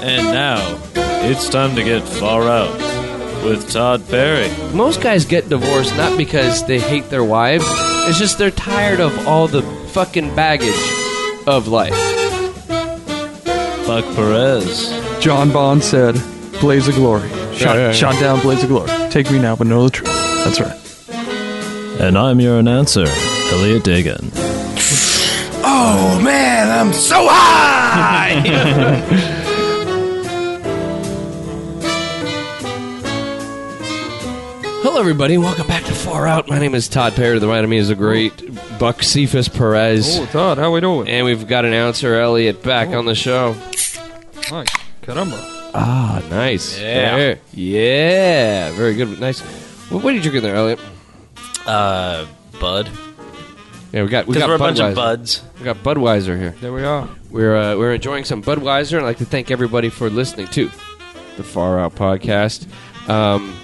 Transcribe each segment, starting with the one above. Now, it's time to get far out with Todd Perry. Most guys get divorced not because they hate their wives, it's just they're tired of all the fucking baggage of life. Buck Perez. John Bond said, "Blaze of glory, shot, yeah, yeah. shot down, blaze of glory. Take me now, but know the truth." That's right. And I'm your announcer, Elliot Dagan. Oh man, I'm so high! Hello, everybody. Welcome back to Far Out. My name is Todd Perry. The right of me is a great Buck Cephas Perez. Oh, Todd, how we doing? And we've got announcer Elliot back on the show. Nice. Caramba. Ah, nice. Yeah. Yeah. Very good. Nice. What, what are you drinking there, Elliot? Uh, Bud. Yeah, we got we Because got we're a Budweiser. bunch of buds. We got Budweiser here. There we are. We're uh, we're enjoying some Budweiser, and I'd like to thank everybody for listening to the Far Out podcast. Um,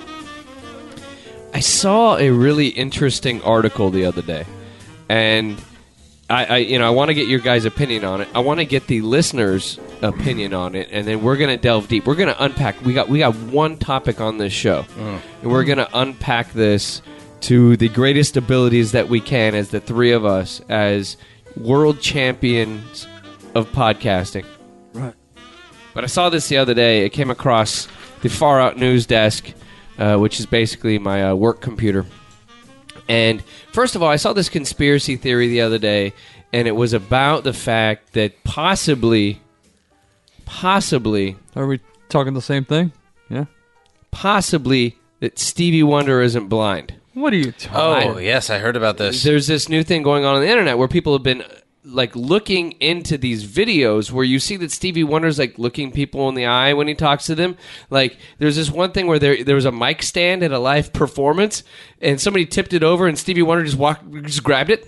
I saw a really interesting article the other day, and I, I you know I want to get your guys' opinion on it. I want to get the listeners' opinion on it, and then we're gonna delve deep. We're gonna unpack. We got we got one topic on this show, and we're gonna unpack this to the greatest abilities that we can as the three of us as world champions of podcasting. But I saw this the other day. It came across the Far Out News Desk, uh, which is basically my uh, work computer. And first of all, I saw this conspiracy theory the other day, and it was about the fact that possibly, possibly, Are we talking the same thing? Yeah. possibly that Stevie Wonder isn't blind. What are you talking? Oh, yes, I heard about this. There's this new thing going on on the internet where people have been uh, like looking into these videos where you see that Stevie Wonder's like looking people in the eye when he talks to them. Like there's this one thing where there there was a mic stand at a live performance and somebody tipped it over and Stevie Wonder just walked just grabbed it.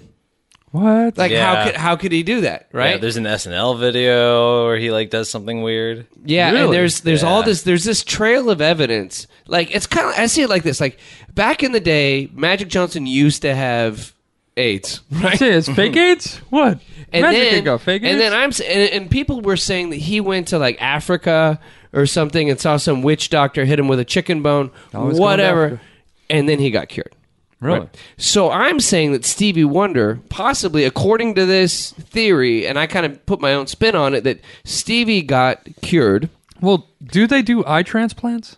What? Like how Yeah. could how could he do that, right? Yeah, there's an SNL video where he like does something weird. Yeah, and Really? there's there's all this there's this trail of evidence. Like it's kind of I see it like this. Like back in the day, Magic Johnson used to have AIDS, right? That's it. It's fake AIDS? What? Magic ain't got fake AIDS. and then I'm s- and, and people were saying that he went to like Africa or something and saw some witch doctor hit him with a chicken bone, Always going to whatever, Africa. and then he got cured. really? So I'm saying that Stevie Wonder, possibly according to this theory, and I kind of put my own spin on it, that Stevie got cured. Well, do they do eye transplants?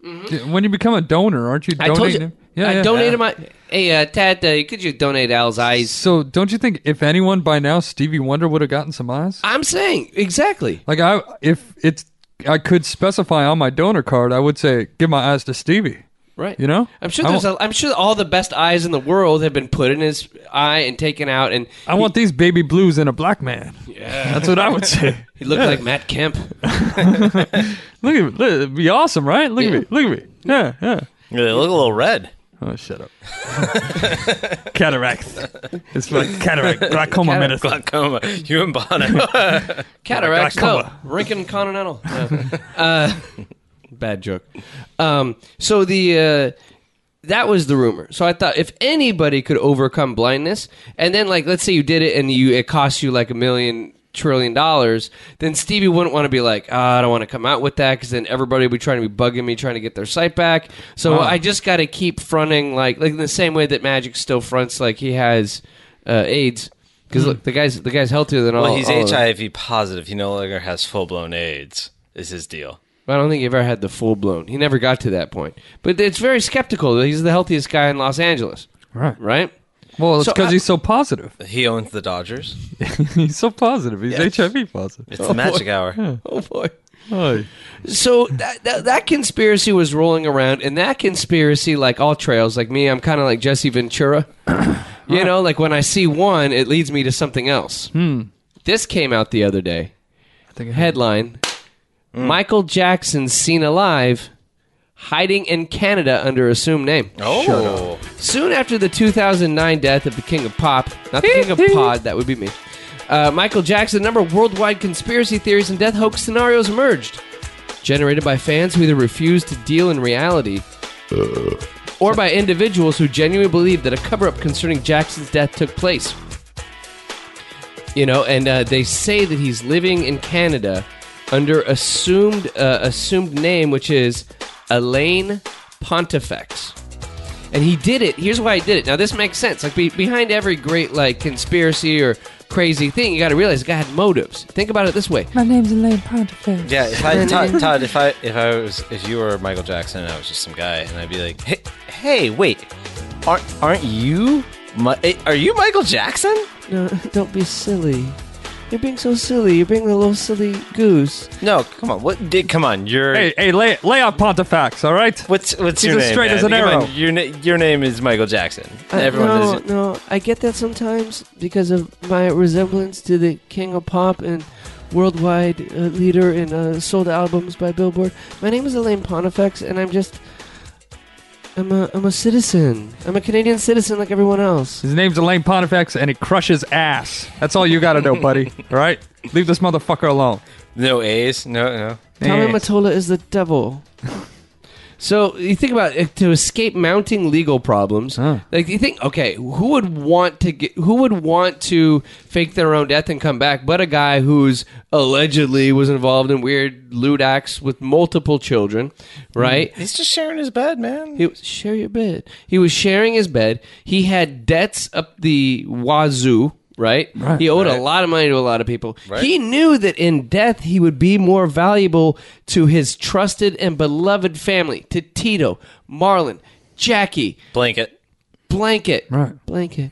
D- When you become a donor, aren't you Mm-hmm. I donating? told you, them? Yeah, I yeah. donated my. Hey, uh, Tad, uh, could you donate Al's eyes? So, don't you think if anyone by now, Stevie Wonder would have gotten some eyes? I'm saying exactly. Like I, if it's, I could specify on my donor card, I would say give my eyes to Stevie. Right. You know? I'm sure I there's. A, I'm sure all the best eyes in the world have been put in his eye and taken out, and I want these baby blues in a black man. Yeah, that's what I would say. he looked like Matt Kemp. Look at me. Look, it'd be awesome, right? Look at me. Look at me. Yeah, yeah. Yeah, They look a little red. Oh, shut up. cataract. It's like cataract glaucoma medicine. Glaucoma. You and Bono. Cataracts, no. Glaucoma. Lincoln Rincon Continental. No. Uh, bad joke. Um, so the uh, that was the rumor. So I thought if anybody could overcome blindness, and then like let's say you did it and you it cost you like a million trillion dollars, then Stevie wouldn't want to be like, ah, I don't want to come out with that because then everybody would be trying to be bugging me trying to get their sight back. So I just got to keep fronting like like in the same way that Magic still fronts like he has uh, AIDS. Because look, the guy's the guy's healthier than all. Well, he's all of us. HIV positive. He no longer has full blown AIDS. Is his deal? I don't think he ever had the full blown. He never got to that point. But it's very skeptical. He's the healthiest guy in Los Angeles, Right. right? Well, it's So because I- he's so positive. He owns the Dodgers. He's so positive. He's HIV positive. It's the Magic Hour. Oh boy. Oh, So that, that that conspiracy was rolling around, and that conspiracy, like all trails, like me, I'm kind of like Jesse Ventura. you know, like when I see one, it leads me to something else. This came out the other day. I think I had Headline: Michael Jackson seen alive, hiding in Canada under assumed name. Oh, Soon after the 2009 death of the King of Pop, not the King of Pod, that would be me, uh, Michael Jackson, a number of worldwide conspiracy theories and death hoax scenarios emerged, generated by fans who either refused to deal in reality or by individuals who genuinely believed that a cover up concerning Jackson's death took place. You know, and uh, they say that he's living in Canada under assumed uh, assumed name, which is Elaine Pontifex. And he did it. Here's why he did it. Now this makes sense. Like be, behind every great like conspiracy or crazy thing, you got to realize the guy had motives. Think about it this way. My name's Elaine Pontifex. Yeah, if I Todd, Todd, if I if I was if you were Michael Jackson and I was just some guy and I'd be like, hey, hey wait, aren't aren't you? Mi- eh, are you Michael Jackson? No, don't be silly. You're being so silly. You're being a little silly goose. No, come on. What? Did, come on. You're. Hey, hey, lay, lay out Pontifex, all right? what's what's he's your as name? straight man? as an Come on, arrow. your na- your name is Michael Jackson. I- Everyone no, is. no, I get that sometimes because of my resemblance to the king of pop and worldwide uh, leader in uh, sold albums by Billboard. My name is Elaine Pontifex, and I'm just. I'm a, I'm a citizen. I'm a Canadian citizen like everyone else. His name's Elaine Pontifex, and he crushes ass. That's all you gotta know, buddy. All right? Leave this motherfucker alone. No A's. No, no. Tommy Eh. Mottola is the devil. so you think about it, to escape mounting legal problems. Huh. Like you think, okay, who would want to get? Who would want to fake their own death and come back? But a guy who's allegedly was involved in weird lewd acts with multiple children, right? He's just sharing his bed, man. He was share your bed. He was sharing his bed. He had debts up the wazoo. Right? he owed a lot of money to a lot of people. He knew that in death he would be more valuable to his trusted and beloved family, to Tito, Marlon, Jackie, Blanket. Blanket, Right. Blanket,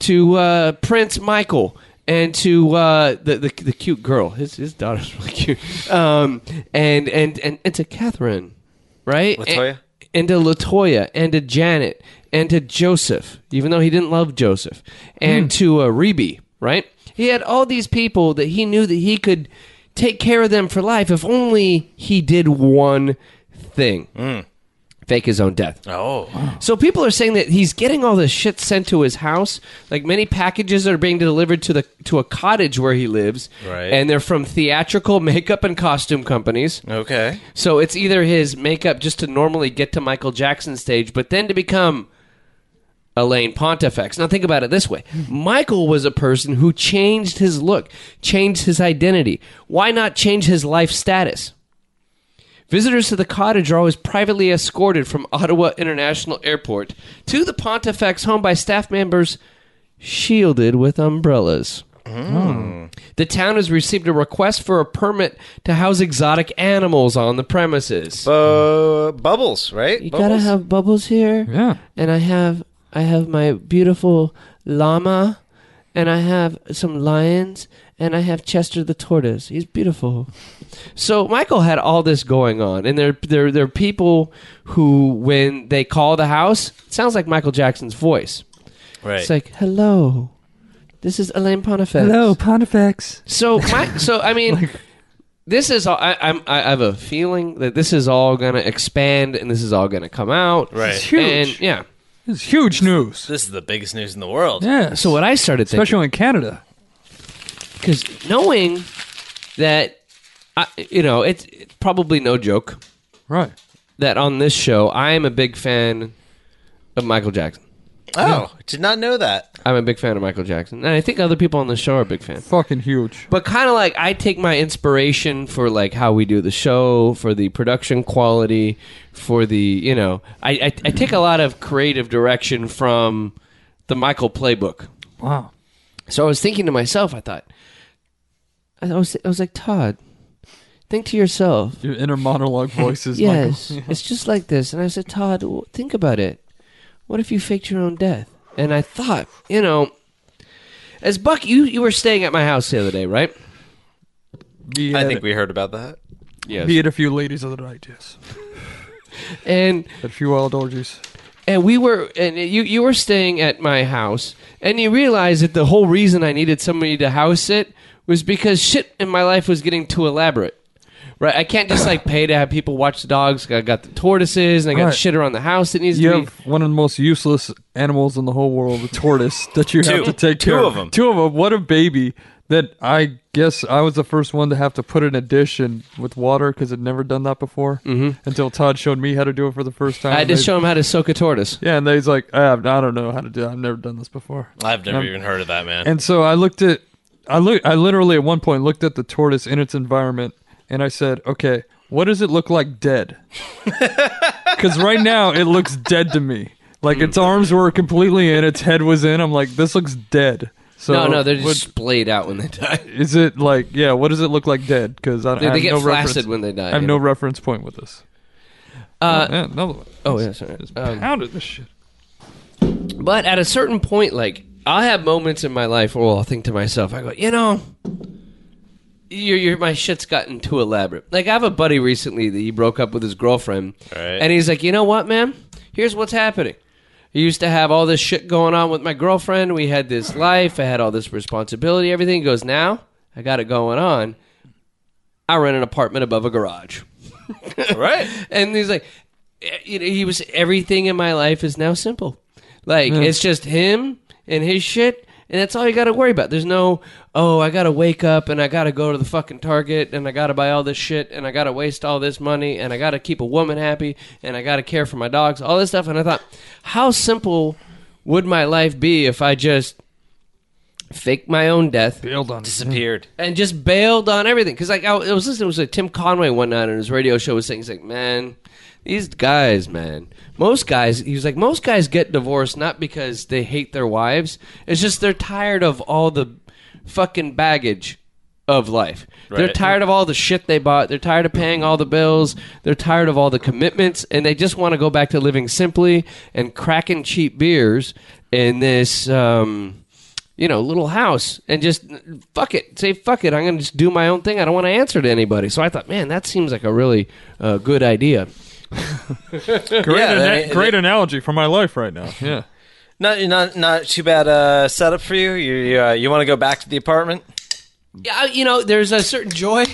to uh, Prince Michael, and to uh, the, the the cute girl. His his daughter's really cute. Um, and and and, and to Catherine, right? Latoya? And, and to Latoya, and to Janet, and to Joseph, even though he didn't love Joseph, and to uh, Rebe, right? He had all these people that he knew that he could take care of them for life if only he did one thing fake his own death. Oh, So people are saying that he's getting all this shit sent to his house. Like many packages are being delivered to the to a cottage where he lives, Right. and they're from theatrical makeup and costume companies. okay. So it's either his makeup just to normally get to Michael Jackson's stage, but then to become Elaine Pontifex. Now think about it this way. Michael was a person who changed his look, changed his identity. Why not change his life status? Visitors to the cottage are always privately escorted from Ottawa International Airport to the Pontifex home by staff members shielded with umbrellas. The town has received a request for a permit to house exotic animals on the premises. Uh, bubbles, right? you gotta Bubbles? have bubbles here. Yeah. And I have I have my beautiful llama and I have some lions and I have Chester the tortoise. He's beautiful. So Michael had all this going on and there there there are people who when they call the house, it sounds like Michael Jackson's voice. right. It's like, "Hello. This is Elaine Pontifex." Hello, Pontifex. So my, so I mean, this is all. I, I'm I have a feeling that this is all gonna expand and this is all gonna come out. Right. It's huge. And yeah. It's huge news. this is the biggest news in the world. Yeah. So what I started thinking, Especially in Canada. because knowing that, I, you know, it's, it's probably no joke Right. that on this show I am a big fan of Michael Jackson. Oh, did not know that. I'm a big fan of Michael Jackson, and I think other people on the show are a big fan. Fucking huge. But kind of like I take my inspiration for like how we do the show, for the production quality, for the you know, I I, I take a lot of creative direction from the Michael playbook. Wow. So I was thinking to myself, I thought, I was I was like Todd, think to yourself, Your inner monologue voices. yes, it's just like this. And I said, Todd, w- think about it. What if you faked your own death? And I thought, you know, as Buck, you you were staying at my house the other day, right? He I had, think we heard about that. Yes. he had a few ladies of the night, yes. and A few wild orgies. and we were and you you were staying at my house and you realized that the whole reason I needed somebody to house it was because shit in my life was getting too elaborate. Right, I can't just like pay to have people watch the dogs. I got the tortoises, and I got Right. shit around the house that needs You to be. have one of the most useless animals in the whole world, the tortoise, that you Two. have to take Two care of 'em. Two of them. What a baby. That I guess I was the first one to have to put in a dish and with water because I'd never done that before until Todd showed me how to do it for the first time. I had to They- show him how to soak a tortoise. Yeah, and he's like, "Ah, I, I don't know how to do. It. I've never done this before. I've never even heard of that, man. And so I looked at, I look, I literally at one point looked at the tortoise in its environment and I said, "Okay, what does it look like dead?" Because right now it looks dead to me. Like its arms were completely in, its head was in. I'm like, this looks dead. So no, no, they're just what- splayed out when they die. is it like yeah? What does it look like dead? Because I, I They, have they get no flaccid reference. when they die. I have you no know? reference point with this. Uh, Yeah, another one. oh, yeah, sorry. Just Um, pounded this shit. But at a certain point, like I have moments in my life where I'll think to myself, I go, you know, your your my shit's gotten too elaborate. Like I have a buddy recently that he broke up with his girlfriend, Right. and he's like, you know what, man? Here's what's happening. I used to have all this shit going on with my girlfriend. We had this life. I had all this responsibility. Everything he goes now. I got it going on. I rent an apartment above a garage. Right. And he's like, eh, you know, he was everything in my life is now simple. Like it's just him and his shit, and that's all you got to worry about. There's no, oh, I got to wake up and I got to go to the fucking Target and I got to buy all this shit and I got to waste all this money and I got to keep a woman happy and I got to care for my dogs, all this stuff. And I thought, how simple would my life be if I just faked my own death Disappeared. and just bailed on everything because like I was I was listening to Tim Conway one night on his radio show was saying he's like man these guys man most guys he was like most guys get divorced not because they hate their wives it's just they're tired of all the fucking baggage of life they're Right. tired of all the shit they bought they're tired of paying all the bills they're tired of all the commitments and they just want to go back to living simply and cracking cheap beers in this um, you know, little house and just fuck it. Say fuck it. I'm going to just do my own thing. I don't want to answer to anybody. So I thought, man, that seems like a really uh, good idea. Great, Yeah, uh, ana- they- they- great analogy for my life right now. Yeah. Not not not too bad uh, setup for you. You you, uh, you want to go back to the apartment? Yeah, I- you know, there's a certain joy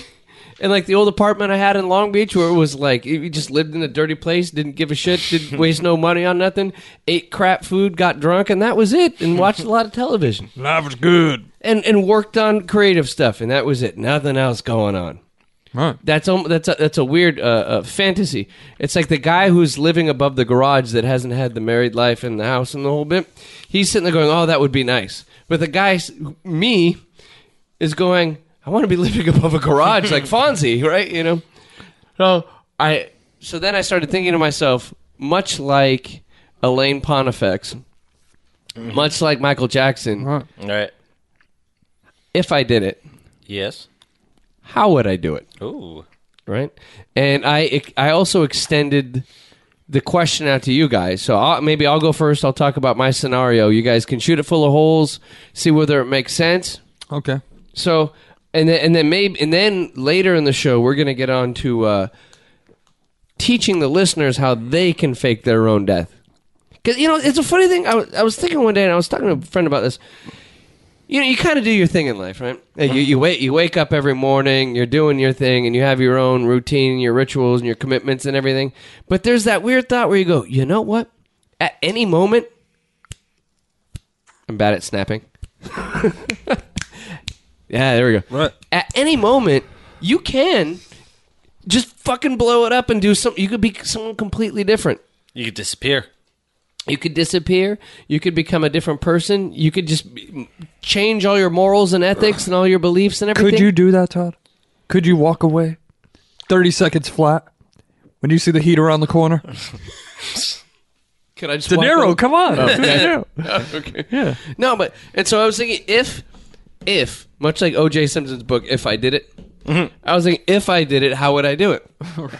in like the old apartment I had in Long Beach where it was like you just lived in a dirty place, didn't give a shit, didn't waste no money on nothing, ate crap food, got drunk, and that was it, and watched a lot of television Life is good. and and worked on creative stuff, and that was it. Nothing else going on. Right. That's um, that's a, that's a weird uh, uh, fantasy. It's like the guy who's living above the garage that hasn't had the married life and the house and the whole bit. He's sitting there going, "Oh, that would be nice," but the guy, s- me, is going, "I want to be living above a garage like Fonzie, right?" You know. So I so then I started thinking to myself, much like Elaine Pontifex, much like Michael Jackson, All right. if I did it, Yes. how would I do it? Ooh. right? And I I also extended the question out to you guys. So I'll, maybe I'll go first. I'll talk about my scenario. You guys can shoot it full of holes, see whether it makes sense. Okay. So and then and then maybe and then later in the show we're gonna get on to uh, teaching the listeners how they can fake their own death. Because you know it's a funny thing. I was, I was thinking one day and I was talking to a friend about this. You know, you kind of do your thing in life, right? Like, You, you wait, you wake up every morning, you're doing your thing, and you have your own routine, your rituals, and your commitments and everything. But there's that weird thought where you go, you know what? At any moment, I'm bad at snapping. yeah, there we go. Right. At any moment, you can just fucking blow it up and do something. You could be someone completely different. You could disappear. You could disappear. You could become a different person. You could just be- change all your morals and ethics and all your beliefs and everything. Could you do that, Todd? Could you walk away 30 seconds flat when you see the heat around the corner? Could I just De walk Niro, away? come on. No, but and so I was thinking if, if much like O.J. Simpson's book, if I did it, I was thinking if I did it, how would I do it?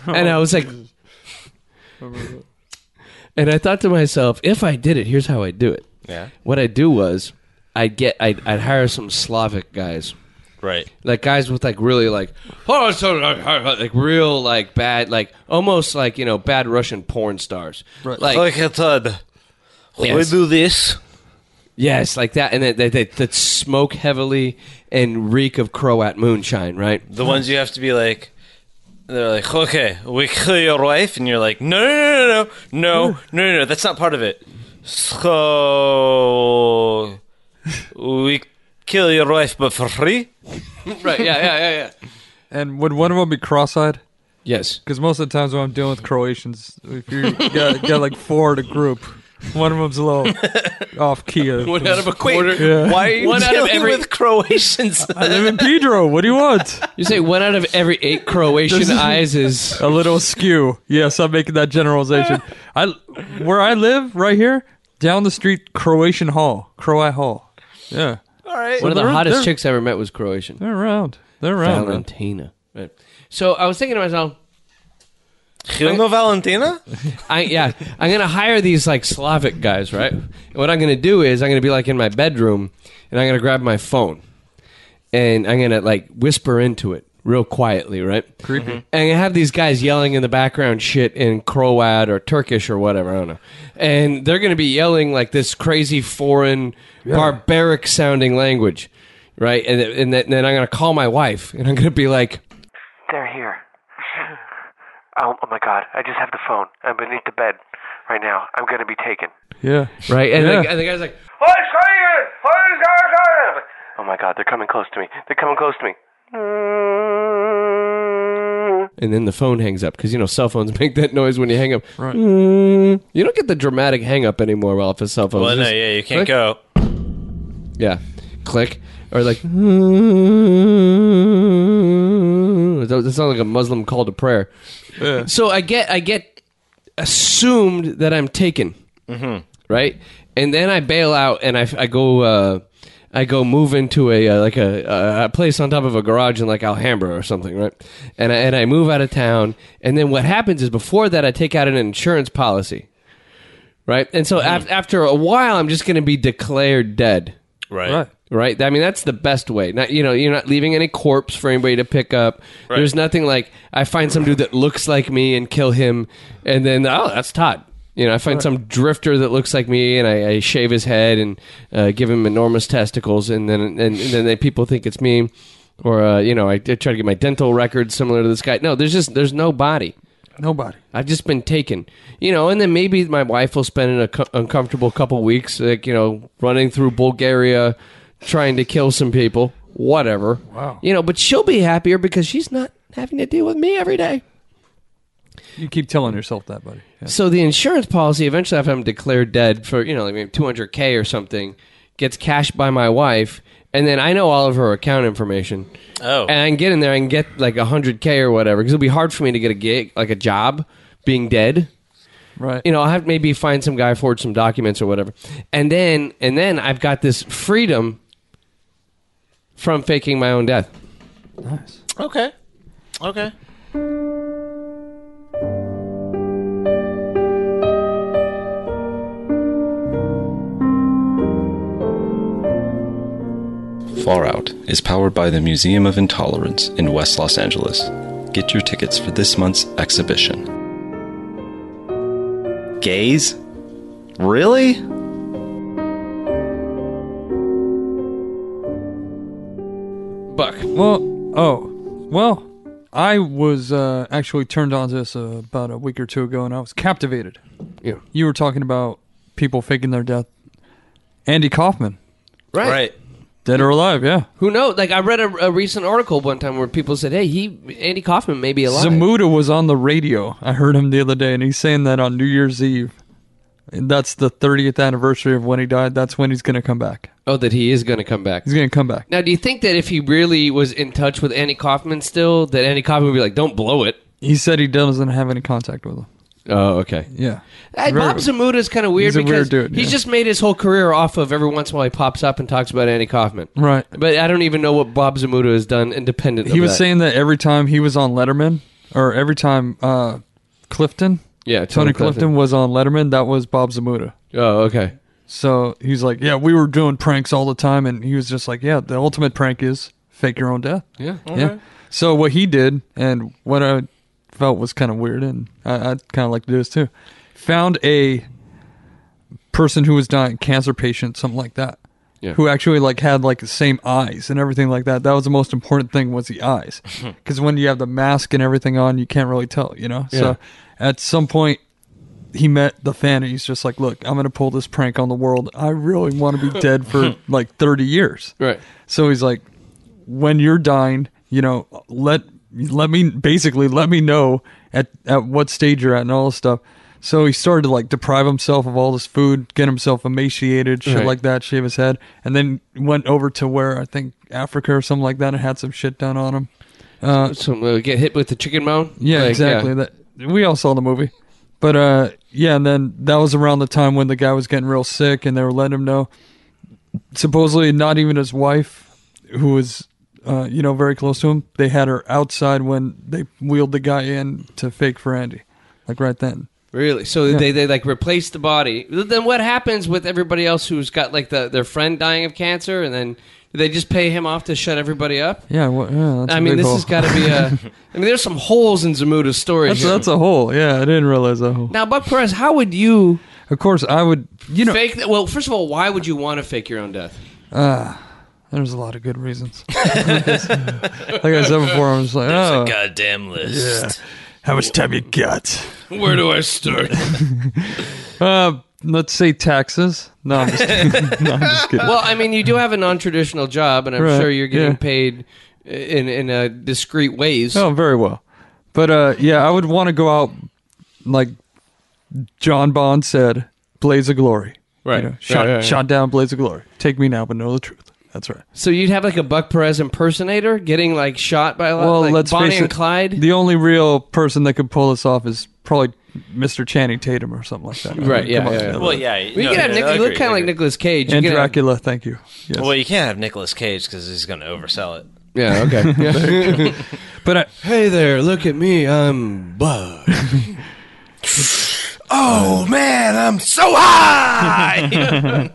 and I was like, and I thought to myself, if I did it, here's how I do it. Yeah. What I do was I'd get I'd, I'd hire some Slavic guys. Right. like guys with like really like oh so like real like bad like almost like you know bad Russian porn stars like Like a thud. Yes. We do this. yes like that and they, they, they, that smoke heavily and reek of Croat moonshine right The ones you have to be like. They're like, okay, we kill your wife, and you're like, no, no, no, no, no, no, no, no, no, that's not part of it. So we kill your wife, but for free. right yeah yeah yeah yeah and would one of them be cross eyed? yes Because most of the times when I'm dealing with Croatians, if you got, got like four in a group, One of them's a little off key. One out of a quarter. Yeah. Why are you one out of Dealing every? with Croatians. I'm in Pedro. What do you want? You say one out of every eight This Croatian is- eyes is. A little skew. Yes, I'm making that generalization. I where I live right here down the street Croatian Hall, Croat Hall. Yeah, All right. One of the they're- hottest they're- chicks I ever met was Croatian. they're around. They're around. man. Valentina. Right. So I was thinking to myself, You know Valentina? I yeah, I'm gonna hire these like Slavic guys, right? And what I'm gonna do is I'm gonna be like in my bedroom and I'm gonna grab my phone and I'm gonna like whisper into it real quietly, right? Creepy. And I'm gonna have these guys yelling in the background shit in Croat or Turkish or whatever, I don't know. And they're gonna be yelling like this crazy foreign barbaric sounding language. Right, and, th- and, th- and then I'm gonna call my wife, and I'm gonna be like, They're here. oh, oh my god, I just have the phone. I'm beneath the bed right now. I'm gonna be taken. Yeah. right, and, Yeah. the, and the guy's like, Oh my god, they're coming close to me. They're coming close to me. and then the phone hangs up because you know cell phones make that noise when you hang up. Right. Mm. You don't get the dramatic hang up anymore off a cell phone. Well, It's no, just yeah, you can't click. go. Yeah, click or like. That that sounds like a Muslim call to prayer. Yeah. So I get I get assumed that I'm taken, right? And then I bail out and I, I go uh, I go move into a uh, like a, a place on top of a garage in like Alhambra or something, right? And I, and I move out of town. And then what happens is before that I take out an insurance policy, right? And so af- after a while I'm just going to be declared dead Right. Right. right? I mean, that's the best way. Not you know, you're not leaving any corpse for anybody to pick up. There's nothing like I find some dude that looks like me and kill him, and then oh, that's Todd. You know, I find some drifter that looks like me, and I, I shave his head and uh, give him enormous testicles, and then and, and then they, people think it's me, or uh, you know, I, I try to get my dental records similar to this guy. No, there's just there's no body. Nobody. I've just been taken, you know, and then maybe my wife will spend an uncom- uncomfortable couple weeks, like you know, running through Bulgaria, trying to kill some people, whatever. Wow, you know, but she'll be happier because she's not having to deal with me every day. You keep telling yourself that, buddy. Yeah. So the insurance policy eventually, after I'm declared dead for you know like maybe 200k or something, gets cashed by my wife, and then I know all of her account information. Oh. and I can get in there and get like 100k or whatever because it'll be hard for me to get a gig like a job being dead. Right. you know, I have to maybe find some guy, forge some documents or whatever, and then and then I've got this freedom from faking my own death. Okay. Okay. Fallout is powered by the Museum of Intolerance in West Los Angeles. Get your tickets for this month's exhibition. Gays? Really? Buck, Well, oh, well, I was uh, actually turned on to this uh, about a week or two ago, and I was captivated. Yeah. You were talking about people faking their death. Andy Kaufman, right? Right. dead or alive? Yeah. Who knows? Like I read a, a recent article one time where people said, "Hey, he Andy Kaufman may be alive." Zamuda was on the radio. I heard him the other day, and he's saying that on New Year's Eve. And that's the 30th anniversary of when he died. That's when he's going to come back. oh, that he is going to come back. He's going to come back. Now, do you think that if he really was in touch with Andy Kaufman still, that Andy Kaufman would be like, "Don't blow it." He said he doesn't have any contact with him. Oh, okay. Yeah. Hey, Very- Bob Zamuda's kind of weird He's a because weird dude, he's yeah. just made his whole career off of every once in a while he pops up and talks about Andy Kaufman. Right. But I don't even know what Bob Zamuda has done independent. He of was that. saying that every time he was on Letterman, or every time uh, Clifton, yeah, Tony Clifton was on Letterman, that was Bob Zamuda. Oh, okay. So he's like, yeah, we were doing pranks all the time, and he was just like, yeah, the ultimate prank is fake your own death. Yeah. Yeah. So what he did, and what I felt was kind of weird, and I, I'd kind of like to do this too, found a person who was dying, cancer patient, something like that, Yeah. who actually like had like the same eyes and everything like that. That was the most important thing was the eyes, because when you have the mask and everything on, you can't really tell, you know. Yeah. So at some point. He met the fan and he's just like, Look, I'm gonna pull this prank on the world. I really wanna be dead for like thirty years. Right. So he's like, when you're dying, you know, let let me basically let me know at at what stage you're at and all this stuff. So he started to like deprive himself of all this food, get himself emaciated, shit Right. like that, shave his head, and then went over to where I think Africa or something like that, and had some shit done on him. Some uh, get hit with the chicken bone. Yeah, Like, exactly. yeah. That we all saw the movie, but uh, yeah, and then that was around the time when the guy was getting real sick, and they were letting him know. Supposedly, not even his wife, who was, uh, you know, very close to him. They had her outside when they wheeled the guy in to fake for Andy, like right then. Really? So they, they like replace the body. Then what happens with everybody else who's got like the, their friend dying of cancer, and then do they just pay him off to shut everybody up? Yeah, well, yeah that's a I mean, big this hole. has got to be a. I mean, there's some holes in Zamuta's story. That's, here. that's a hole. Yeah, I didn't realize that hole. now, Buck Perez, how would you Of course, I would. You know, fake that? Well, first of all, why would you want to fake your own death? there's a lot of good reasons. like I said before, I'm just like, oh, Goddamn list. how much time you got? Where do I start? Uh, let's say taxes. No, I'm just kidding. no, I'm just kidding. well, I mean, you do have a non-traditional job, and I'm Right, sure you're getting yeah. paid in in uh, discreet ways. Oh, very well. But uh, yeah, I would want to go out like John Bond said, "Blaze of Glory." right. You know, shot, shot down, Blaze of Glory. Take me now, but know the truth. That's right. So you'd have like a Buck Perez impersonator getting like shot by a lot, Well, like let's Bonnie face and it, Clyde. The only real person that could pull this off is probably Mr. Channing Tatum or something like that. I Right, mean, yeah, come on. yeah, yeah. Well, yeah. we could have Nick, you look kind of like Nicolas Cage. You Oh, And could have- Dracula, thank you. Yes. Well, you can't have Nicolas Cage because he's going to oversell it. yeah, okay. Yeah. but uh, I, hey there, look at me. I'm Buck. Oh man, I'm so high.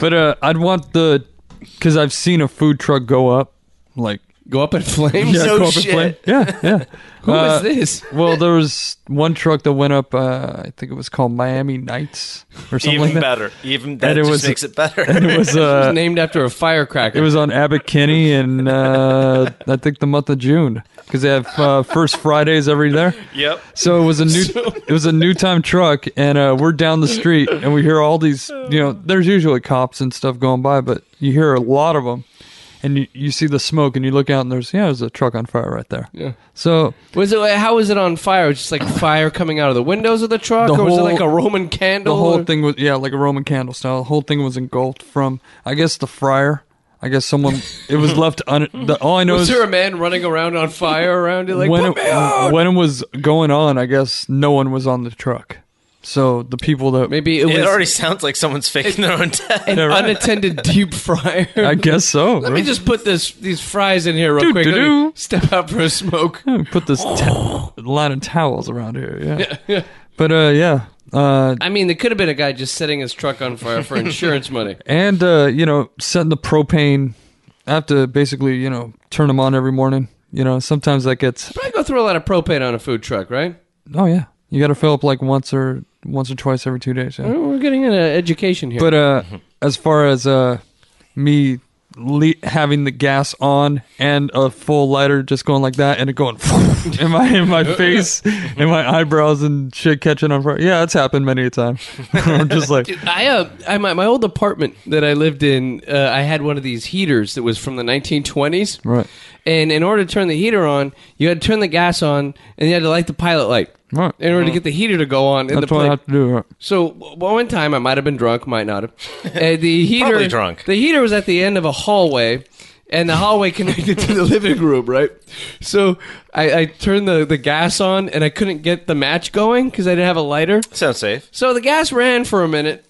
but uh, I'd want the because I've seen a food truck go up, like Go up in flames. Yeah, Who go is up in flame. Yeah, yeah. Who is this? Well, there was one truck that went up. Uh, I think it was called Miami Nights or something Even like that. better. Even that it just was- makes it better. It was It was uh, named after a firecracker. it was on Abbott Kinney in uh, I think the month of June because they have uh, first Fridays every there. yep. So it was a new it was a new time truck, and uh, we're down the street, and we hear all these you know there's usually cops and stuff going by, but you hear a lot of them, and you, you see the smoke, and you look out, and there's yeah, there's a truck on fire right there. Yeah. So Was it? How was it on fire? Was it just like fire coming out of the windows of the truck, The or was it whole- like a Roman candle? the whole or- thing was yeah like a roman candle style the whole thing was engulfed from i guess the fryer i guess someone it was left un the, all i know Was is there a man running around on fire around you? Like, when, "Put me out!" it, when it was going on i guess no one was on the truck so the people that Maybe it was It already sounds like someone's faking their own death. an Yeah, right. unattended deep fryer. i guess so Let me just put this these fries in here real quick. Let me Doo-doo-doo. step out for a smoke. put this ta- line of towels around here yeah, but uh yeah uh I mean, there could have been a guy just setting his truck on fire for insurance money. and uh, you know setting the propane i have to basically you know turn them on every morning you know sometimes that gets Probably go through a lot of propane on a food truck, right? oh yeah you gotta fill up like once or once or twice every two days yeah. We're getting an uh, education here. But uh, as far as uh, me le- having the gas on and a full lighter just going like that and it going in my in my face and my eyebrows and shit catching on fire. Yeah, it's happened many a time. I'm just like, I, uh, I my, my old apartment that I lived in, uh, I had one of these heaters that was from the 1920s. Right. And in order to turn the heater on, you had to turn the gas on, and you had to light the pilot light. Right. In order to get the heater to go on, in the that's what I pla- have to do. Right? So w- one time I might have been drunk, might not have. Uh, the heater, Probably drunk. The heater was at the end of a hallway, and the hallway connected to the living room, right? So I, I turned the, the gas on, and I couldn't get the match going because I didn't have a lighter. sounds safe. So the gas ran for a minute,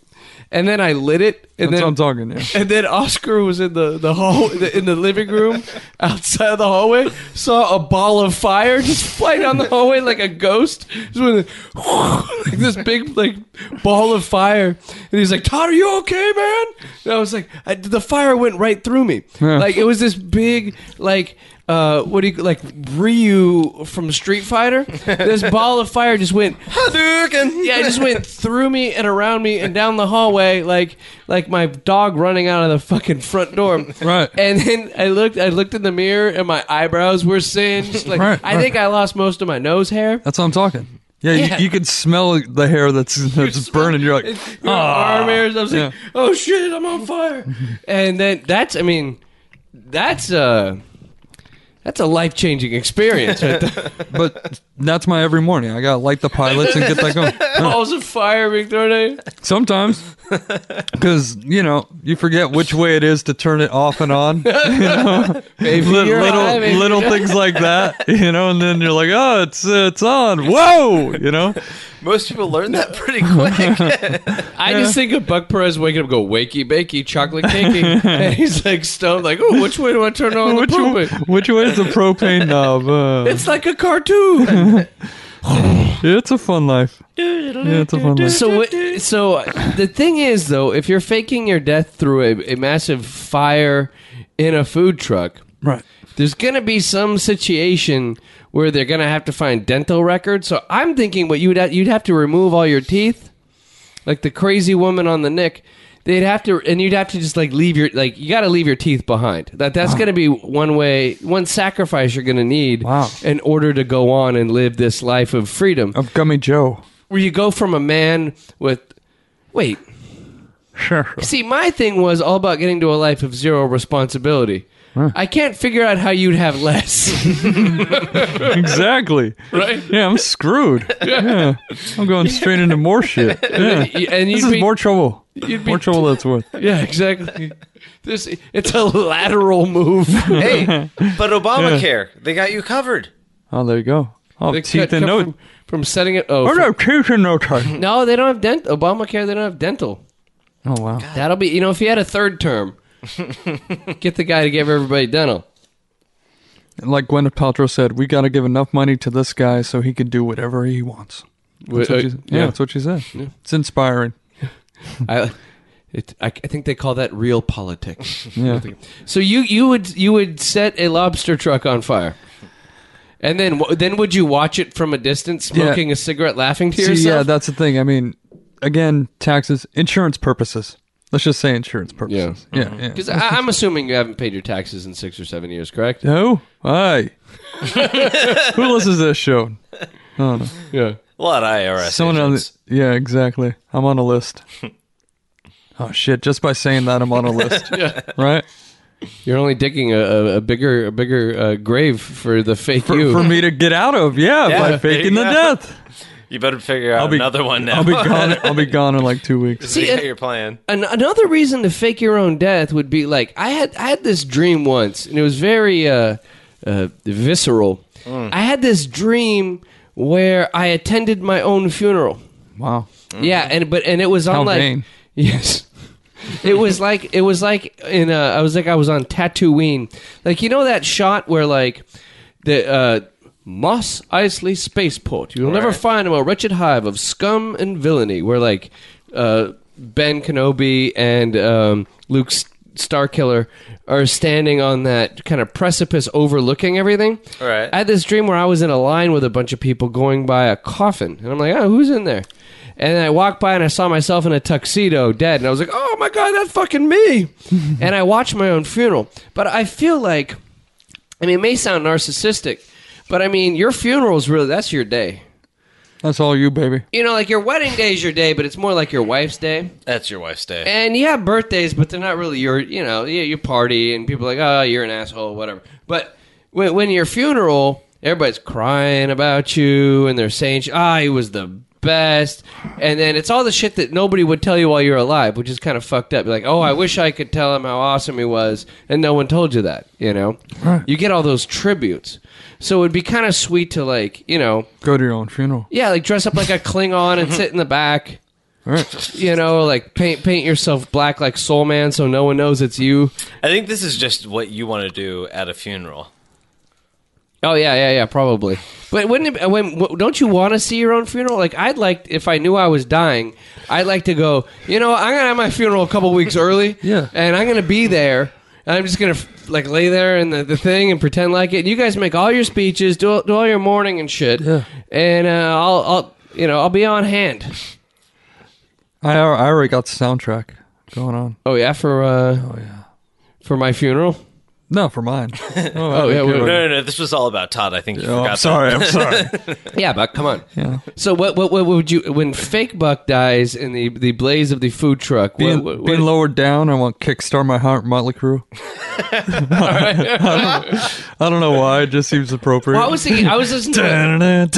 and then I lit it, and That's what then I'm talking. Yeah. and then Oscar was in the the hall the, in the living room outside of the hallway, saw a ball of fire just fly down the hallway like a ghost. Just went, like this big like ball of fire, and he's like, "Todd, are you okay, man?" And I was like, I, "The fire went right through me. Like it was this big like." Uh, what do you like Ryu from Street Fighter? This ball of fire just went yeah, it just went through me and around me and down the hallway like like my dog running out of the fucking front door. Right. And then I looked I looked in the mirror and my eyebrows were singed. Like Right, I right. think I lost most of my nose hair. That's what I'm talking. Yeah, Yeah. You, you can smell the hair that's that's burning. You're like, Your Ah, arm hairs. I was like, oh shit, I'm on fire. and then that's I mean that's uh That's a life changing experience. Right there. But that's my every morning. I gotta light the pilots and get that going. Balls of fire being thrown at you. Sometimes, because you know you forget which way it is to turn it off and on. You know? Baby, Lit- you're little high, baby. little things like that, you know. And then you're like, oh, it's uh, it's on. Whoa, you know. Most people learn that pretty quick. I just think of Buck Perez waking up, and go wakey bakey, chocolate cakey, and he's like stoned, like, oh, which way do I turn on the Which way, propane? which way is the propane knob? Uh, It's like a cartoon. it's a fun life. Yeah, it's a fun life. so, wh- so uh, the thing is, though, if you're faking your death through a, a massive fire in a food truck, Right. there's going to be some situation where they're going to have to find dental records. So I'm thinking what you'd have, you'd have to remove all your teeth, like the crazy woman on the Nick. They'd have to, and you'd have to just like leave your like you got to leave your teeth behind. That that's going to be one way, one sacrifice you're going to need Wow. in order to go on and live this life of freedom, Of Gummy Joe. where you go from a man with wait. Sure. See, my thing was all about getting to a life of zero responsibility. I can't figure out how you'd have less, Exactly. right? Yeah, I'm screwed. Yeah. I'm going straight into more shit. Yeah. Y- and This you'd is be, more trouble. you'd be- More trouble that's worth. yeah exactly this it's a lateral move hey, but Obamacare, they got you covered. Oh, there you go. Oh, They teeth cut- and cut no. from, from setting it oh Oh, from- no, teeth and no teeth. no they don't have dental obamacare they don't have dental Oh, wow. that'll be you know if you had a third term get the guy to give everybody dental Like Gwyneth Paltrow said, we got to give enough money to this guy so he can do whatever he wants. That's what Uh, she, yeah, that's what she said. It's inspiring. I, it, I, I think they call that real politics Yeah. so you you would you would set a lobster truck on fire and then w- then would you watch it from a distance Yeah. smoking a cigarette laughing to See, yourself yeah, that's the thing. I mean, again, taxes, insurance purposes. Let's just say insurance purposes. Yeah. Yeah. Because I'm assuming you haven't paid your taxes in six or seven years, correct? Who? Hi. Who listens to this show? Yeah. A lot of IRS. Someone on the, agents. yeah, exactly. I'm on a list. oh shit! Just by saying that, I'm on a list, right? You're only digging a, a, a bigger a bigger uh, grave for the fake For, you. for me to get out of, yeah, Yeah, by there faking you the go. death. you better figure out be- another one now. I'll be gone. I'll be gone in like two weeks. See, uh, See, and- your plan. An- another reason to fake your own death would be like I had I had this dream once, and it was very uh, uh, visceral. I had this dream where I attended my own funeral. Wow. Mm-hmm. Yeah, and but and it was on How like vain. yes, it was like it was like in uh, I was like I was on Tatooine, like you know that shot where like the uh, Moss Eisley spaceport. You'll never find a more wretched hive of scum and villainy. Where like uh, Ben Kenobi and um, Luke S- Starkiller are standing on that kind of precipice overlooking everything. Right. I had this dream where I was in a line with a bunch of people going by a coffin, and I'm like, oh, who's in there? And then I walked by and I saw myself in a tuxedo, dead, and I was like, oh my god, that's fucking me. and I watched my own funeral, but I feel like, I mean, it may sound narcissistic, but I mean, your funeral is really that's your day. That's all you, baby. You know, like your wedding day is your day, but it's more like your wife's day. That's your wife's day. And you have birthdays, but they're not really your, you know, yeah, you party and people are like, oh, you're an asshole, whatever. But when, when your funeral, everybody's crying about you and they're saying, ah, he was the best. And then it's all the shit that nobody would tell you while you're alive, which is kind of fucked up. You're like, oh, I wish I could tell him how awesome he was. And no one told you that, you know? You get all those tributes. So it'd be kind of sweet to, like, you know, Go to your own funeral. yeah, like dress up like a Klingon and sit in the back. Mm-hmm. Right. You know, like paint paint yourself black like Soul Man so no one knows it's you. I think this is just what you want to do at a funeral. Oh yeah, yeah, yeah, probably. But wouldn't it, when w- don't you want to see your own funeral? Like I'd like if I knew I was dying, I'd like to go. You know, I'm gonna have my funeral a couple weeks early. Yeah. and I'm gonna be there. And I'm just gonna like lay there in the, the thing and pretend like it. And you guys make all your speeches, do, all- do all your mourning and shit. Yeah. And uh, I'll, I'll, you know, I'll be on hand. I al- I already got the soundtrack going on. Oh yeah, for uh, Oh yeah. for my funeral. No, for mine. Oh, yeah, okay. wait, No, no, no. This was all about Todd. I think you Oh, forgot. I'm sorry. I'm sorry. Yeah, but come on. Yeah. So what, what? What would you when Fake Buck dies in the, the blaze of the food truck? Being, what, what, being lowered down, I want Kickstart My Heart, Motley Crue. I, don't, I don't know why. It just seems appropriate. well, I was thinking. I was listening. to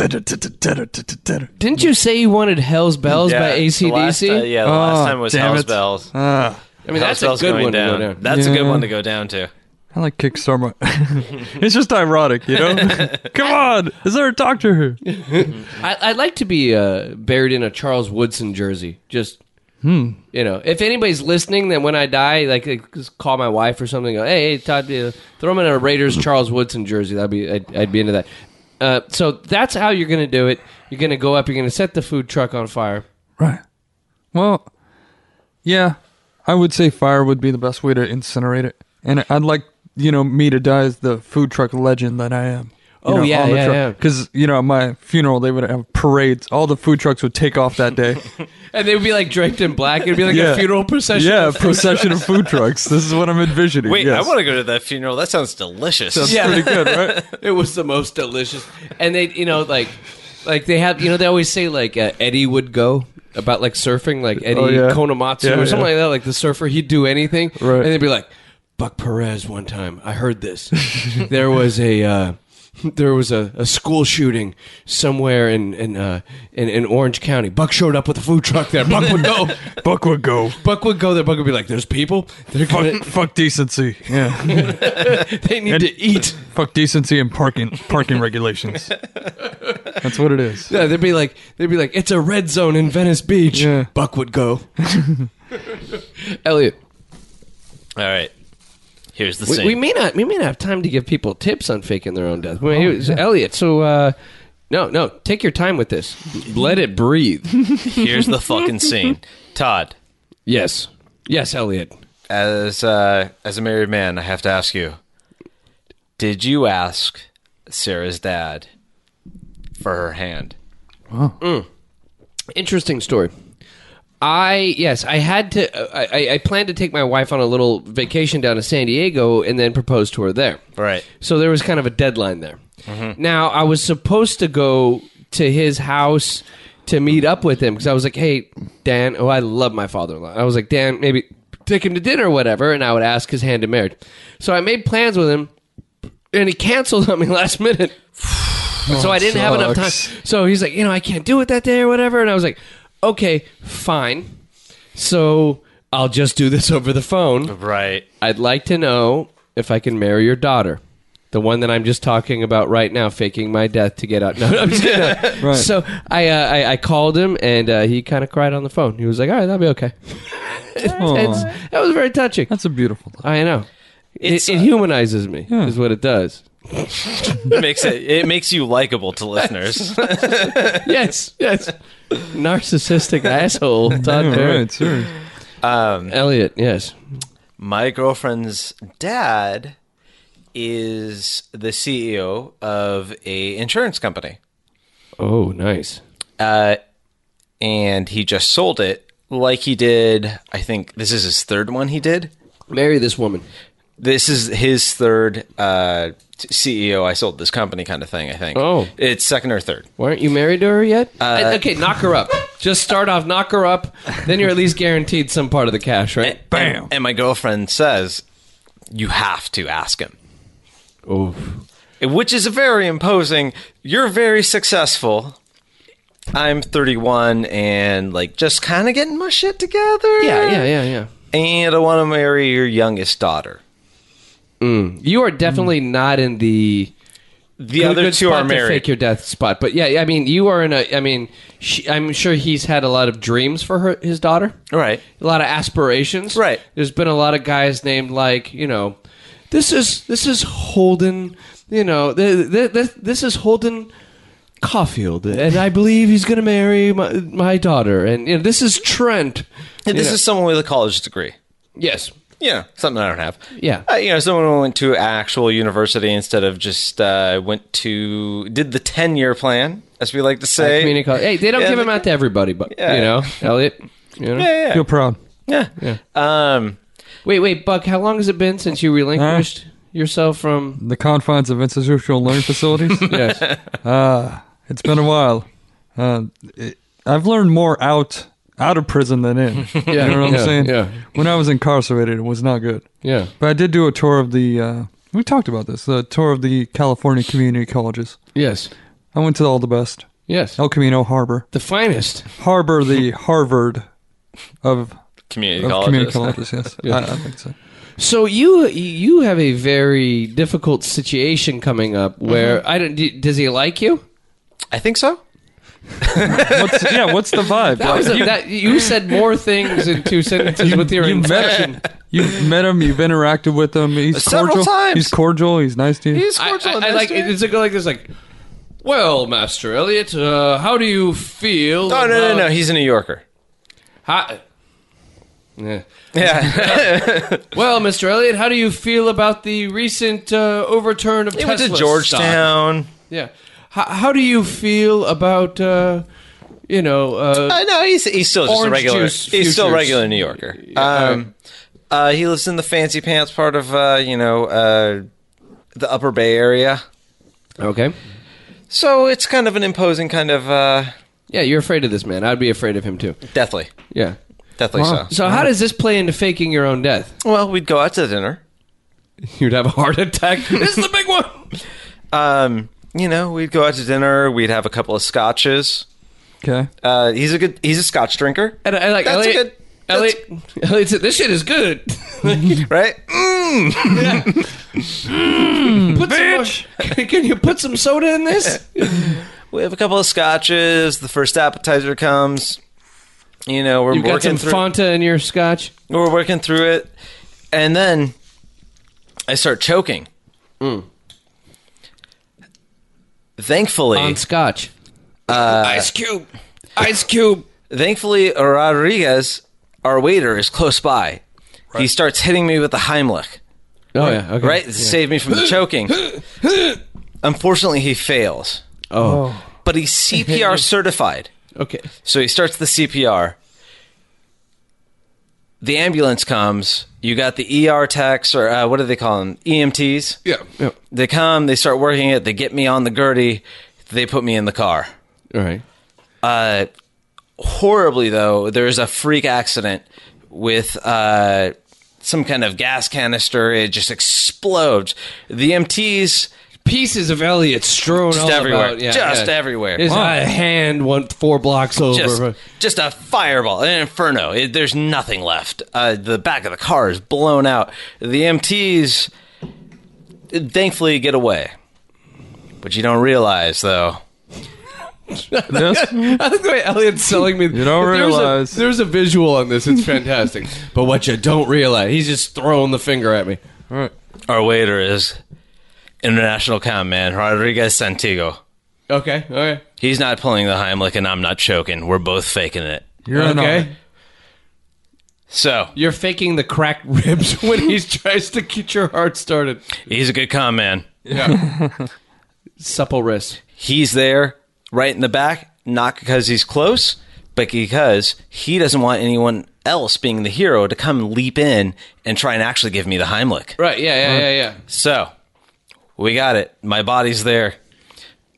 it. Damn Didn't you say you wanted Hell's Bells by the last, ACDC? uh, yeah, the last time was Hell's Oh, it. Bells. Ah, I mean, that's a Hell's Bells good going one down. to go down. That's a good Yeah. one to go down to. I like Kickstart My. it's just ironic, you know. Come on, is there a doctor here? I, I'd like to be uh, buried in a Charles Woodson jersey. Just, you know, if anybody's listening, then when I die, like, uh, just call my wife or something. Go, hey, hey Todd, uh, throw him in a Raiders Charles Woodson jersey. That'd be, I'd, I'd be into that. Uh, so that's how you're gonna do it. You're gonna go up. You're gonna set the food truck on fire. Right. Well, yeah, I would say fire would be the best way to incinerate it, and I'd like you know me to die as the food truck legend that I am. Oh, yeah, yeah, yeah. Because you know, at my funeral they would have parades. All the food trucks would take off that day. And they would be like draped in black. It'd be like Yeah. a funeral procession. yeah, of food procession of food trucks. This is what I'm envisioning. Wait, yes. I want to go to that funeral. That sounds delicious. That's pretty good, right? It was the most delicious. And they, you know, like, like they have, you know, they always say like uh, Eddie would go about like surfing, like Eddie Oh, yeah. Konomatsu Yeah, or yeah. something like that. Like the surfer, he'd do anything. Right. And they'd be like, Buck Perez. One time, I heard this. there was a. Uh, there was a, a school shooting somewhere in in, uh, in in Orange County. Buck showed up with a food truck there. Buck would go. Buck would go. Buck would go there. Buck would be like, "There's people. They're gonna, Fuck, fuck decency. Yeah. they need to eat." fuck decency and parking parking regulations. That's what it is. Yeah, they'd be like, they'd be like, it's a red zone in Venice Beach. Yeah. Buck would go. Elliot, All right. Here's the we, scene. we may not, we may not have time to give people tips on faking their own death. We may- Elliot, so uh, no, no, take your time with this. Let it breathe. Here's the fucking scene. Todd, yes, yes, Elliot. as uh, as a married man, I have to ask you: Did you ask Sarah's dad for her hand? Interesting story. I yes, I had to. uh, I, I, I planned to take my wife on a little vacation down to San Diego and then propose to her there. Right. So there was kind of a deadline there. Now I was supposed to go to his house to meet up with him because I was like, "Hey, Dan, oh, I love my father-in-law." I was like, "Dan, maybe take him to dinner or whatever," and I would ask his hand in marriage. So I made plans with him, and he canceled on me last minute. so I didn't have enough time. sucks. So he's like, "You know, I can't do it that day or whatever," and I was like, "Okay, fine." So I'll just do this over the phone. Right. I'd like to know if I can marry your daughter, the one that I'm just talking about right now, faking my death to get out. No, I'm just kidding. Right. So I, uh, I I called him and uh, he kind of cried on the phone. He was like, "All right, that'll be okay." It's- that was very touching. That's a beautiful. I know. It, It's, it uh, humanizes me, is what it does. It makes it it makes you likable to listeners. Yes, yes. Narcissistic asshole, Todd All Barrett. right, sure. Elliot, yes. My girlfriend's dad is the CEO of a insurance company. Oh, nice. uh, and he just sold it like he did. I think this is his third one he did. Marry this woman. This is his third uh, t- CEO. I sold this company kind of thing. I think. Oh. it's second or third. Why aren't you married to her yet? Uh, okay, knock her up. Just start off, knock her up. Then you're at least guaranteed some part of the cash, right? Bam. And, my girlfriend says, "You have to ask him," Eh. Oh, which is very imposing. You're very successful. I'm 31 and like just kind of getting my shit together. yeah, yeah, yeah, yeah. And I want to marry your youngest daughter. You are definitely not in the Hmm. The good- other good two are spot to married. fake your death spot, but yeah, I mean, you are in a. I mean, she, I'm sure he's had a lot of dreams for her, his daughter, Right. a lot of aspirations, Right. There's been a lot of guys named like you know, this is this is Holden, you know, th- th- th- this is Holden Caulfield, and I believe he's going to marry my, my daughter, and you know, this is Trent. And this Yeah. is someone with a college degree. Yes, Yeah, something I don't have. Yeah. Uh, you know, someone who went to actual university instead of just uh, went to did the ten year plan, as we like to say. community college. Hey, they don't Yeah, give they- him out to everybody, but Yeah. you know, Elliot. You know? yeah, Feel proud. yeah, yeah. Um, Wait, wait, Buck. How long has it been since you relinquished yourself from? The confines of institutional learning facilities. Yes. It's been a while. Uh, it, I've learned more out out of prison than in. Yeah, you know what I'm yeah, saying? yeah. When I was incarcerated, it was not good. Yeah. But I did do a tour of the. Uh, we talked about this. The tour of the California community colleges. Yes. I went to all the best. Yes. El Camino Harbor. The finest. Harbor, the Harvard of, Community of colleges. community colleges. Yes, I, I think so. So you you have a very difficult situation coming up where Mm-hmm. I don't. d- Does he like you? I think so. What's, yeah, what's the vibe? That was a, you, that, you said more things in two sentences with your you met inflection. him. You've met him. You've interacted with him. He's Several cordial. times. He's cordial. He's nice to you. He's I, cordial I- I and like nice to it's like, like this like. Well, Master Elliot, uh, how do you feel? Oh no no about- no! He's a New Yorker. How, yeah. Yeah, Well, Mr. Elliot, how do you feel about the recent uh, overturn of he Tesla went to stock? Georgetown. Yeah. How, how do you feel about uh, you know? Uh, Uh, no, he's he's still just a Orange regular. juice he's still a futures. regular New Yorker. um, uh, he lives in the fancy pants part of uh, you know uh, the Upper Bay Area, okay. so it's kind of an imposing kind of uh, Yeah, you're afraid of this man. I'd be afraid of him too. deathly, Yeah. deathly. So. So how does this play into faking your own death? well, we'd go out to dinner. You'd have a heart attack. this is the big one. Um, you know, we'd go out to dinner. We'd have a couple of scotches. okay. Uh, he's a good. He's a Scotch drinker, And I like That's Elliot. good- that's- Elliot, Elliot said, "This shit is good." right? Put some, uh, can you put some soda in this? We have a couple of scotches. The first appetizer comes. You know, we're You've got working some through. Fanta in your scotch. We're working through it, and then I start choking. Mm. Thankfully, on scotch. Uh, Ice cube. Ice cube. thankfully, Rodriguez, our waiter, is close by. He starts hitting me with the Heimlich, Oh yeah. Okay. right, to save me from the choking. Unfortunately, he fails, Oh. but he's CPR certified, Okay. so he starts the CPR. The ambulance comes. You got the ER techs, or uh, what do they call them? EMTs. Yeah. Yeah. They come, they start working it, they get me on the gurney, they put me in the car. All right. Uh, horribly, though, there's a freak accident with uh, some kind of gas canister. It just explodes. The MTs Pieces of Elliot strewn Just all everywhere. about. Yeah, Just yeah. everywhere. His Wow. uh, hand went four blocks just over. just a fireball, an inferno. It, there's nothing left. Uh, the back of the car is blown out. The MTs thankfully get away. But you don't realize, though, Yes. I think the way Elliot's selling me. You don't there's realize. A, there's a visual on this. It's fantastic. but what you don't realize, he's just throwing the finger at me. All right. our waiter is international com man Rodriguez Santiago. Okay. Okay. He's not pulling the Heimlich, and I'm not choking. We're both faking it. You're in on okay. it. So You're faking the cracked ribs when he tries to get your heart started. he's a good con man. Supple wrist. He's there, right in the back, not because he's close, but because he doesn't want anyone else being the hero to come leap in and try and actually give me the Heimlich. Right. Yeah. Yeah. Yeah. Yeah. So we got it. My body's there.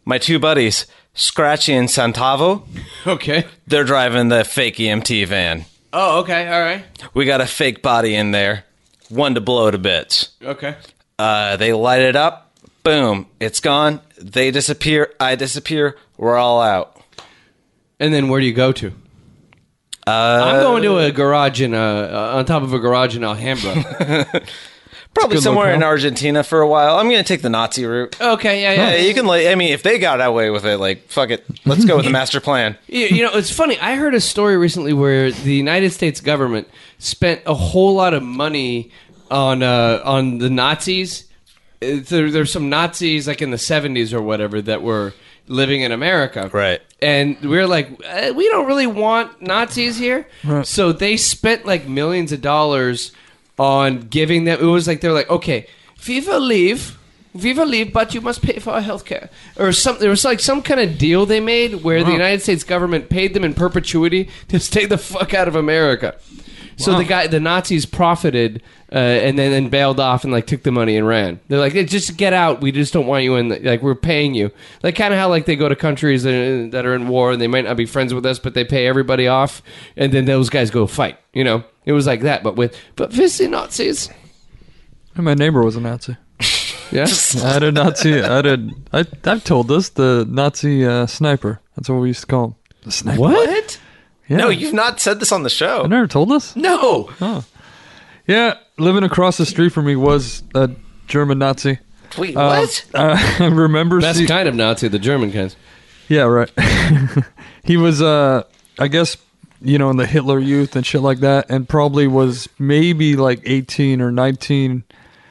My two buddies, Scratchy and Santavo, Okay. they're driving the fake EMT van. Oh. Okay. All right. We got a fake body in there, one to blow to bits. Okay. Uh, they light it up. Boom. It's gone. They disappear. I disappear. We're all out. And then where do you go to? Uh, I'm going to a garage in a, uh, on top of a garage in Alhambra. Probably good somewhere in locale. Argentina for a while. I'm going to take the Nazi route. okay, yeah, yeah. Yeah, you can. Like, I mean, if they got away with it, like fuck it. Let's go with the master plan. You, you know, it's funny. I heard a story recently where the United States government spent a whole lot of money on uh, on the Nazis. Uh, There, there's some Nazis like in the 70s or whatever that were living in America, Right. And we are like, eh, we don't really want Nazis here, Right. so they spent like millions of dollars on giving them. It was like they're like, okay, Viva leave. Viva leave, but you must pay for our healthcare, or some. There was like some kind of deal they made where the United States government paid them in perpetuity to stay the fuck out of America. So the guy, the Nazis profited uh, and then and bailed off and like took the money and ran. They're like, "Hey, just get out. We just don't want you in. Like we're paying you. Like kind of how like they go to countries that, that are in war and they might not be friends with us, but they pay everybody off, and then those guys go fight. You know, it was like that, but with but Nazi Nazis. And my neighbor was a Nazi. Yeah, I did not see. I did. I I've told this the Nazi uh, sniper. That's what we used to call him. The sniper. What? Yeah. No, you've not said this on the I show. never told this. No. Yeah, living across the street from me was a German Nazi. Wait, Uh, what? uh, I remember. best see- kind of Nazi, the German kinds. Yeah, right. he was, uh, I guess, you know, in the Hitler Youth and shit like that, and probably was maybe like 18 or 19.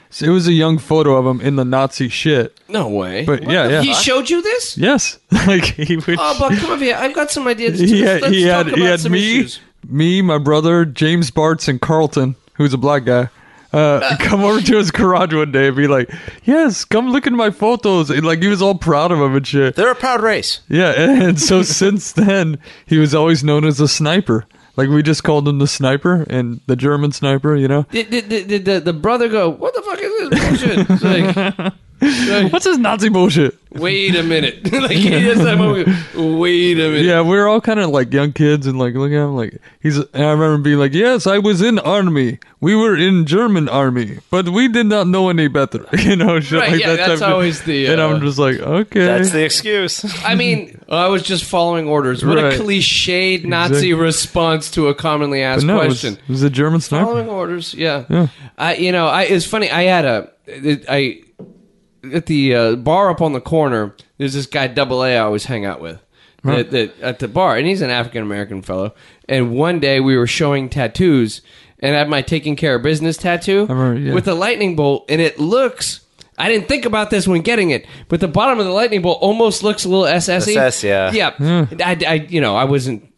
So it was a young photo of him in the Nazi shit. No way. But yeah, yeah. He showed you this? yes. like he would. Oh, but come over here. I've got some ideas. he had, Let's he talk had, about he had some me, issues. me, my brother, James Bartz, and Carlton, who's a black guy. Ah. Uh, come over to his garage one day and be like, "Yes, come look at my photos." And, like he was all proud of him and shit. They're a proud race. Yeah, and so since then he was always known as a sniper. Like we just called him the sniper and the German sniper, you know. Did, did, did, did the, the brother go, what the fuck is this bullshit? It's like, What's this Nazi bullshit? wait a minute. like, he has that moment, wait a minute. Yeah, we were all kind of like young kids and like look at him like he's. And I remember being like, "Yes, I was in army. We were in German army, but we did not know any better." You know, shit Right, like yeah, that that's type of- always the, and uh, I'm just like, okay, That's the excuse. I mean, I was just following orders. What Right. a cliched Nazi Exactly. response to a commonly asked no, it was, question. it was a German sniper. Following orders, yeah. I, you know, I it's funny. I had a, it- I at the uh, bar up on the corner. There's this guy Double A I always hang out with. That, that at the bar, and he's an African American fellow. And one day we were showing tattoos, and I had my taking care of business tattoo remember, yeah. with a lightning bolt, and it looks. I didn't think about this when getting it, but the bottom of the lightning bolt almost looks a little SS. -y. SS, yeah. Yeah. I, I, you know, I wasn't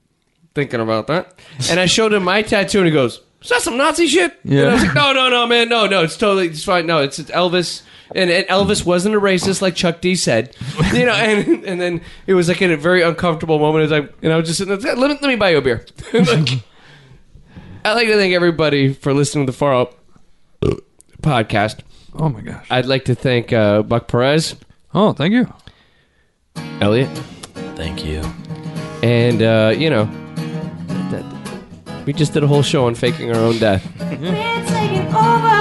thinking about that. And I showed him my tattoo, and he goes, "Is that some Nazi shit?" Yeah. And I was like, "No, no, no, man, no, no, it's totally, it's fine. No, it's, it's Elvis." And, and Elvis wasn't a racist, like Chuck D said, you know. And and then it was like in a very uncomfortable moment. As I and I was just sitting there, let me, let me buy you a beer. Like, I'd like to thank everybody for listening to the Far Out podcast. Oh my gosh! I'd like to thank uh, Buck Perez, Oh, thank you. Elliot, Thank you. and uh, you know, that- that- we just did a whole show on faking our own death. It's taking over.